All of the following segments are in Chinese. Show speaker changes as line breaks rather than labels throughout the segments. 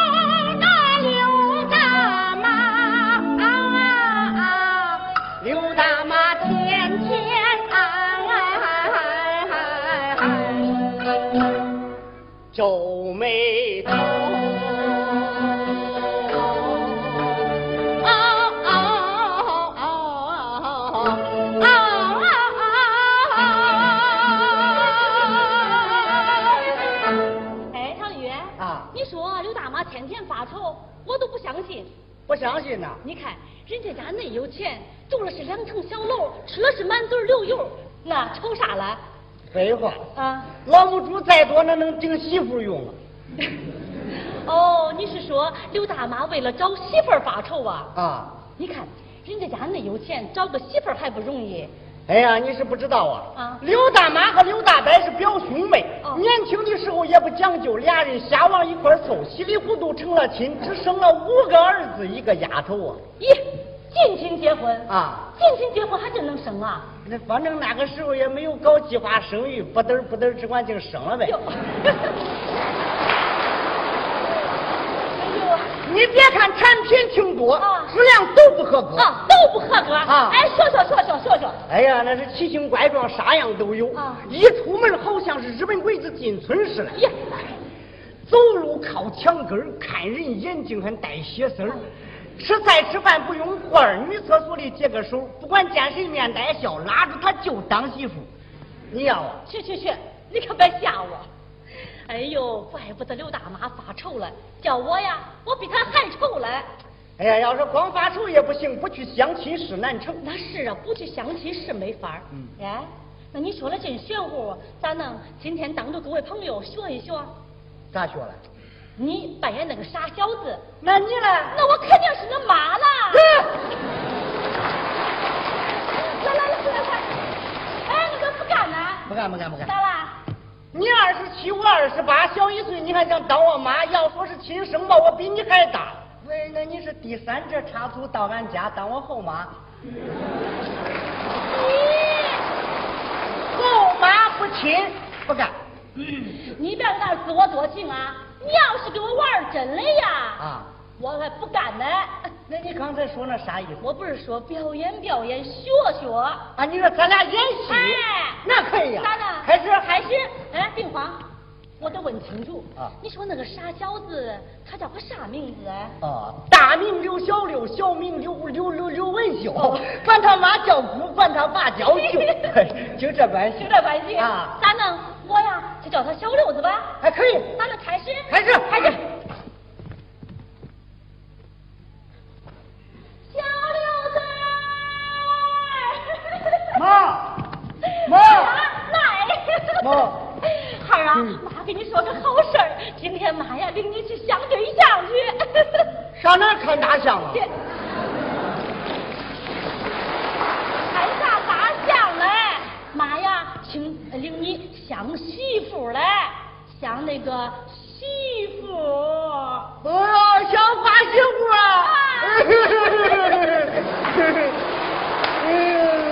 啊啊啊
皱眉头。哦哦哦哦哦哦
哎，汤圆
啊
你说刘大妈天天发愁，我都不相信。
不相信呐？
你看人家家那有钱，住的是两层小楼，吃的是满嘴溜油，那愁啥了？
废话，
啊，
老母猪再多，那能顶媳妇用啊？
哦，你是说刘大妈为了找媳妇儿发愁啊？
啊，
你看人家家那有钱，找个媳妇儿还不容易。
哎呀，你是不知道啊！
啊
刘大妈和刘大伯是表兄妹，
哦
年轻的时候也不讲究，俩人瞎往一块儿凑，稀里糊涂成了亲，只生了五个儿子一个丫头
咦，近亲结婚
啊！？啊，
近亲结婚还真能生啊？
那反正那个时候也没有搞计划生育，不嘚儿不嘚儿，只管净生了呗。
哟， 哎
你别看产品挺多，
啊
质量都不合格。
呦，啊，都不合格
啊
哎，说说说说说说，
哎呀，那是奇形怪状，啥样都有。
啊
一出门好像是日本鬼子进村似的。
呀，
走路靠墙根儿，看人眼睛还带血丝儿。吃菜吃饭不用筷儿，女厕所里接个手，不管见谁面带笑，拉住她就当媳妇。你要啊？
去去去，你可别吓我。哎呦，怪不得刘大妈发愁了，叫我呀，我比她还愁了。
哎呀，要是光发愁也不行，不去相亲是难成。
那是啊，不去相亲是没法儿。
嗯
哎，那你说的真玄乎，咋弄？今天当着各位朋友学一学，
咋学了？
你扮演那个傻小子，
那你呢？
那我肯定是那妈了。来来来来来，哎，你怎么不干呢？
不干不干不干
咋。啦？
你二十七，我二十八，小一岁，你还想当我妈？要说是亲生吧，我比你还大。喂，那你是第三者插足到俺家当我后妈？后妈不亲，不干
你别干自我多情啊！你要是给我玩真的呀，
啊！
我还不干呢。
那你刚才说那啥意思？
我不是说表演表演，学学。
啊，你说咱俩演戏，
哎，
那可以呀、
咋的？
还是还
还是？哎，定黄，我得问清楚
啊
你说那个傻小子，他叫个啥名字？啊
哦，大名刘小六，小名刘刘刘刘文秀，管他妈叫姑，管他爸 叫舅，就这关系
就。这关系
啊
咋弄？我呀，就叫他小六子吧。
还哎可以，
咱们开始。
还是还是。
小六 子儿。
妈，妈
啊来。
妈
孩儿啊，
嗯
妈跟你说个好事儿，今天妈呀领你去相对象去。
上哪儿看大象啊
这看啥大象嘞？妈呀，哎请领你相媳妇嘞，相那个媳妇。
哦，想发媳妇啊！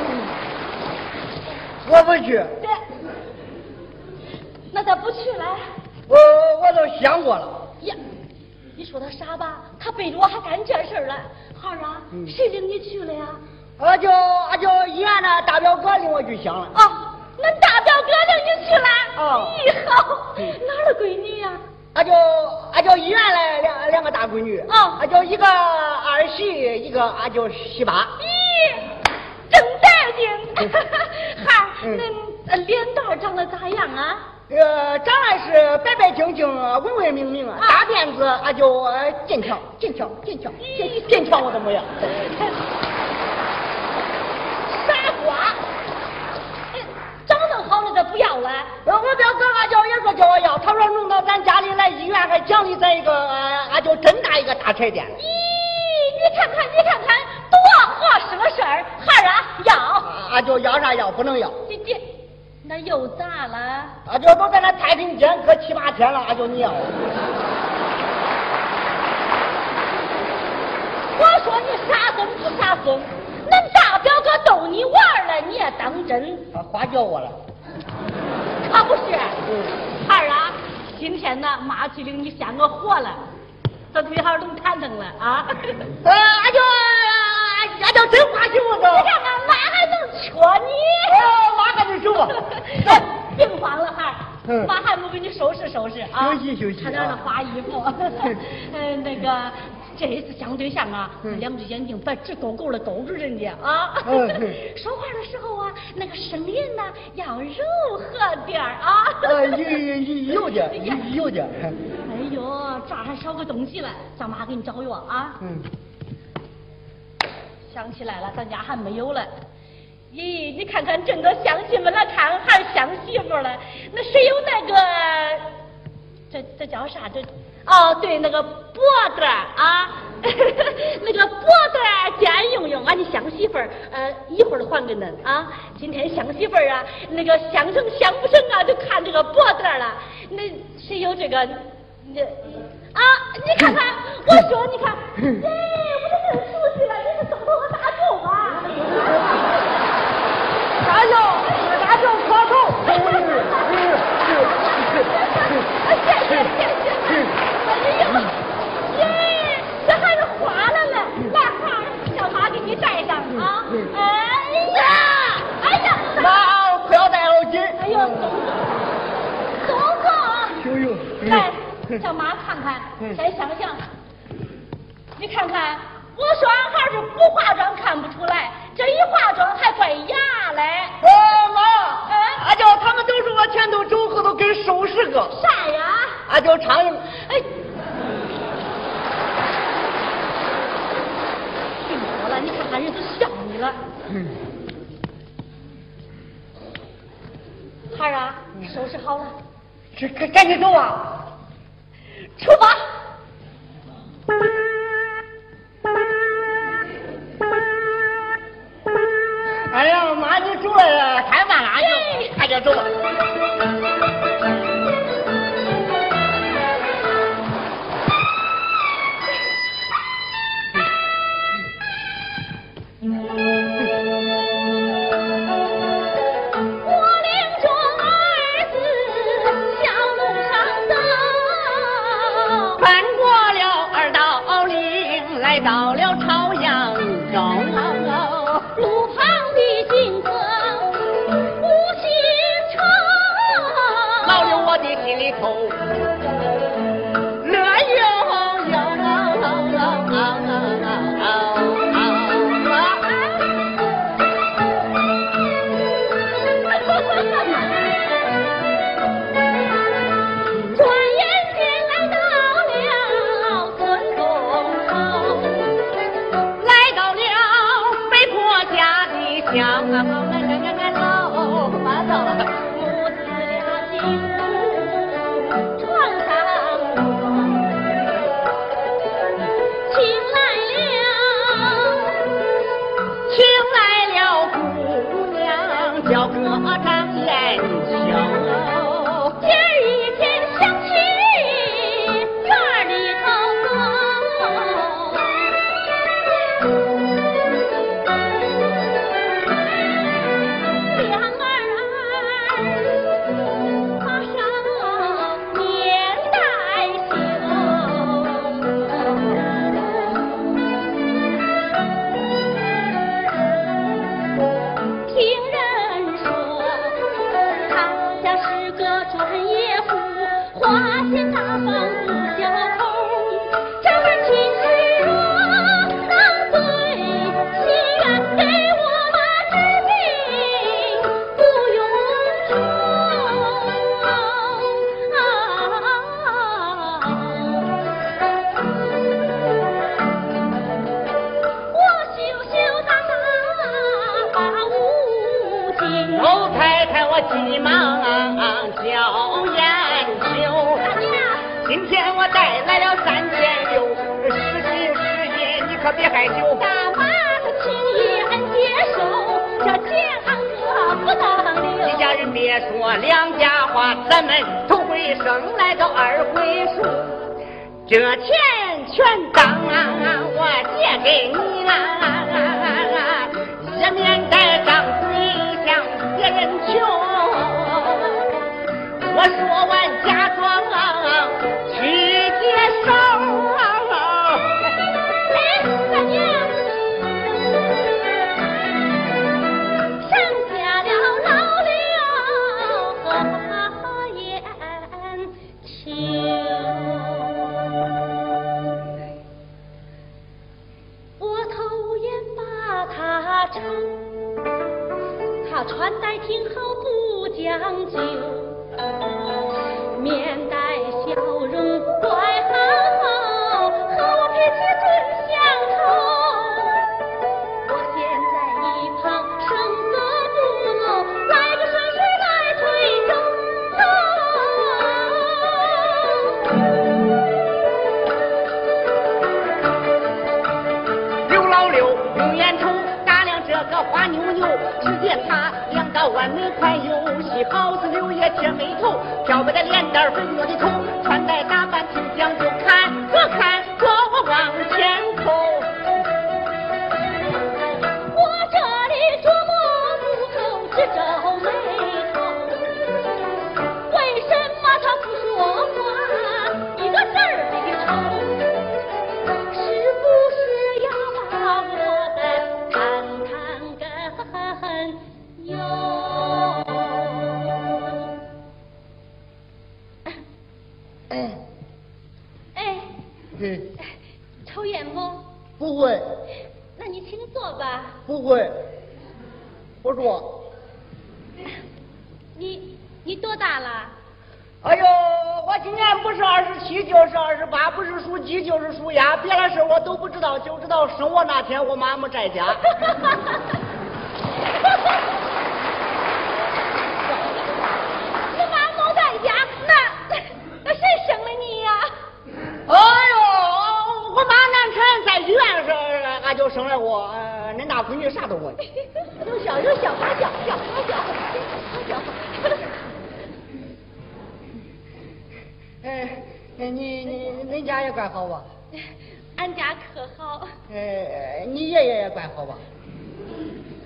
我不去，
这，那咋不去嘞？
我我都想过了。
呀，你说他傻吧？他背着我还干这事儿了。孩儿啊，
嗯
谁领你去了呀？
俺啊就俺就俺那大表哥领我去想了。
哦，恁大表哥领你去了。
哦
咦好，哪儿的闺女呀、
俺啊就俺就原来两两个大闺女，
哦
俺就一个二媳，一个俺就十八。
咦，真带劲！ 孩
嗯
儿，那呃脸蛋儿长得咋样啊？
呃，长得是白白净净、文文明明，大辫子啊就呃俊俏、俊俏、俊俏、俊俊俏我的模样。
傻瓜，哎长得好了咋不要了？
呃，我表哥阿娇也说叫我要，他说弄到咱家里来医院还奖励咱一个呃阿娇真大一个大彩电。
咦，你看看，你看看，多合适个事儿！孩儿啊，要
啊阿娇要啥要不能要，
这这，那又咋了？
阿娇都在那太平间搁七八天了，阿娇你要？
我说你傻孙不傻孙，恁大表哥逗你玩儿了，你也当真？
啊，花叫我了。
可不是。
嗯，
孩儿啊，今天呢，妈去领你相个活了，这腿好能弹腾了啊！你
呃，阿娇呃阿娇真花心我都。呃
看看，妈还能戳你。
哎呀，妈赶紧走吧。
哎，别慌了，孩儿，
嗯
妈还没给你收拾收拾啊，
休息休息
他在那
啊
花衣 服，呃，那个这次相对象啊，
嗯
两只眼睛把直勾勾的勾住人家啊
嗯嗯，
说话的时候啊，那个声音呢要柔和点儿啊，
呃，有有有有的，有有的。
哎呦，这还少个东西了，咱妈给你找药啊。
嗯，
想起来了，咱家还没有了。咦，你看看真个乡亲们来看，还是乡媳妇了。那谁有那个，这这叫啥？这哦，对，那个脖子啊， 那个脖子啊尖硬硬，俺的乡媳妇儿，呃，一会儿还给恁啊。今天乡媳妇儿啊，那个相成相不成啊，就看这个脖子了。那谁有这个？那啊，你看看，我说你看，哎，我这更熟悉了，你是找到我大舅吧？
大舅，大舅磕头。
啊，谢谢谢谢，哎呀，耶，这还是花了呢，那花小马给你带上啊，哎呀，哎呀，
妈，不要带老金。
哎呦，走走
嗯哎呦嗯呦
走，来，小马看看，再想想，你看看，我说俺还是不化妆看不出来，这一化妆还怪哑嘞，
哦，妈，
哎
阿娇他们都说我前头走，后头跟收拾个。
啥呀？
阿娇唱了，
哎，听着了，你看看人都笑你了。孩儿啊，收拾好了，
这赶赶紧走啊！
出发。
哎呀，妈，你走了，太慢了，阿娇，阿娇走吧。
我领着儿子小路上走，
翻过了二道岭，来到了朝阳州。
路旁的金戈不新愁。
老刘，我的心里头乐悠悠。啊
转眼间来到了村东头，
来到了北婆家的乡，俺俺俺俺俺老八道。
母子俩幸福床上坐，请来
请来了姑娘，叫个张艳秋
了，。今儿一天想起院里头走。两儿马上年代久，听人说他家是个专业户，花钱大方不小抠，这门亲事若能对，心愿给我把知命不用愁。我羞羞答答把无尽。
老太太我急忙叫艳
大
秋，
娘
今天我带来了三件六，实心实意你可别害羞。
大妈的情谊俺接受，这健康可不能留。
一家人别说两家话，咱们头回生来到二回熟，这钱全当、啊我借给你啦、也免得张嘴向别人求。我说完假装、啊去接受、啊
哎，大娘，剩下了老刘和花烟，请唱，他穿戴挺好不讲究，面带笑容怪好，好脾气真相投。我现在一旁生个不谋，来个顺水来推舟。
刘老六用眼瞅，打量这个花妞妞，只见她两道弯眉宽又细，好似柳叶贴眉头，漂白的脸蛋儿，粉墨的头，穿戴打扮挺讲究，看我看我我往前扣。
我这里琢磨不透，只皱眉头。为什么他不说话，一个字儿没抽？是不是要把我给看看根哟？
哎，
哎，
嗯，
抽烟不？
不会，
那你请坐吧。
不会。我说，
你你多大了？
哎呦，我今年不是二十七就是二十八，不是属鸡就是属鸭，别的事儿我都不知道，就知道生我那天我妈没在家。
你妈没在家，那那谁生了你呀、
哎呦，我妈南辰在医院时候，俺就生了我，呃恁大闺女啥都会。
又小又小，好小小好小好小。
哎，哎你你恁家也怪好吧？
俺家可好，
哎，你爷爷也怪好吧？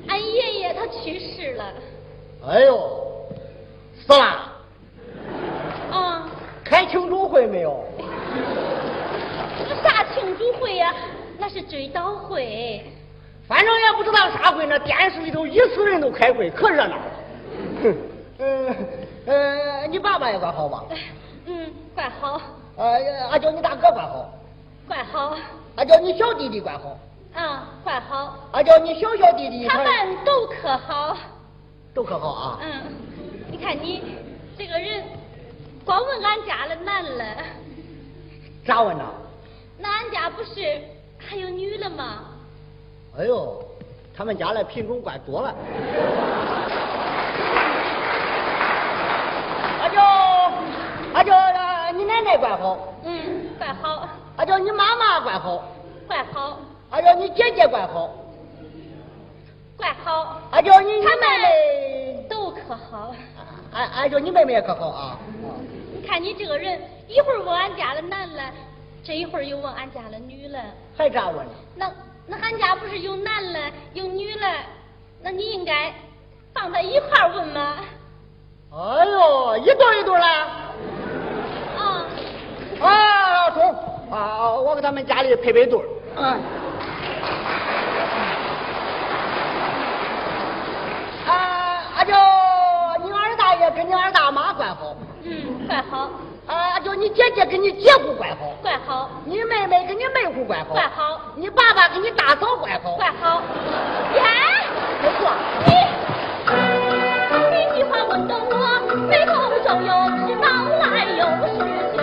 俺爷爷他去世了。
哎呦，死啦！
啊、
开庆祝会没有？
那啥庆祝会呀、那是追悼会。
反正也不知道啥会，那电视里头一死人都开会，可热闹了。哼，呃呃，你爸爸也怪好吧？
嗯，怪好，
呃，俺叫你大哥怪好，
怪好，
俺叫你小弟弟怪好，
啊、怪好，
俺叫你小小弟弟
他
他
们都可好。
都可好啊。
嗯，你看你这个人，光问俺家了难了。
咋问呐？
那俺家不是还有女了吗？
哎呦，他们家的品种怪多了。 俺叫俺叫呃你奶奶怪好，
嗯，怪好，
俺叫你妈妈怪好，
怪好，
俺叫你姐姐怪好，
怪好，
俺叫你你
他
妹妹
们都可好。
俺俺叫你妹妹也可好啊。
你看你这个人，一会儿问俺家了男了，这一会儿又问俺家了女了。
还咋问呢？
那那俺家不是有男了有女了？那你应该放在一块儿问吗？
哎呦，一对一对来。
啊、
啊，老钟啊，我给他们家里配配对儿。
嗯，
啊，俺叫你二大爷跟你二大妈怪好，
嗯，怪好，
啊，叫你姐姐跟你姐夫怪好，
怪好，
你妹妹跟你妹夫怪好，
怪好，
你爸爸跟你大嫂怪好，
怪好。耶、
不错。
你你喜欢问的我没空手有是到来有是旧，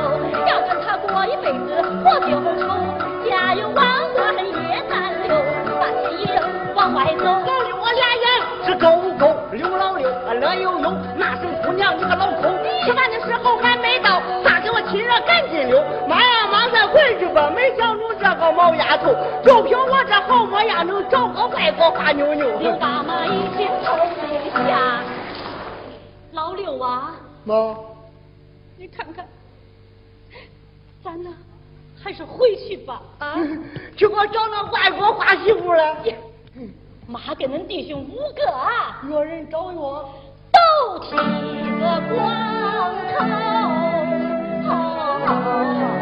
要跟他过一辈子我就愁，家有万贯也难留，把这一生往外走。
老六我俩眼是勾勾，刘老六啊乐悠悠，那是姑娘你个老抠，吃饭的时候还没到，咋给我亲热赶紧溜？妈呀妈，咱回去吧！没想中这个毛丫头，就凭我这好模样，能找个外国花妞妞。
刘大妈一心愁没下，老六啊，
妈，
你看看，咱呢还是回去吧 啊！
去给我找那外国花媳妇了。
妈跟恁弟兄五个啊。
有人找我，
都剃个光头。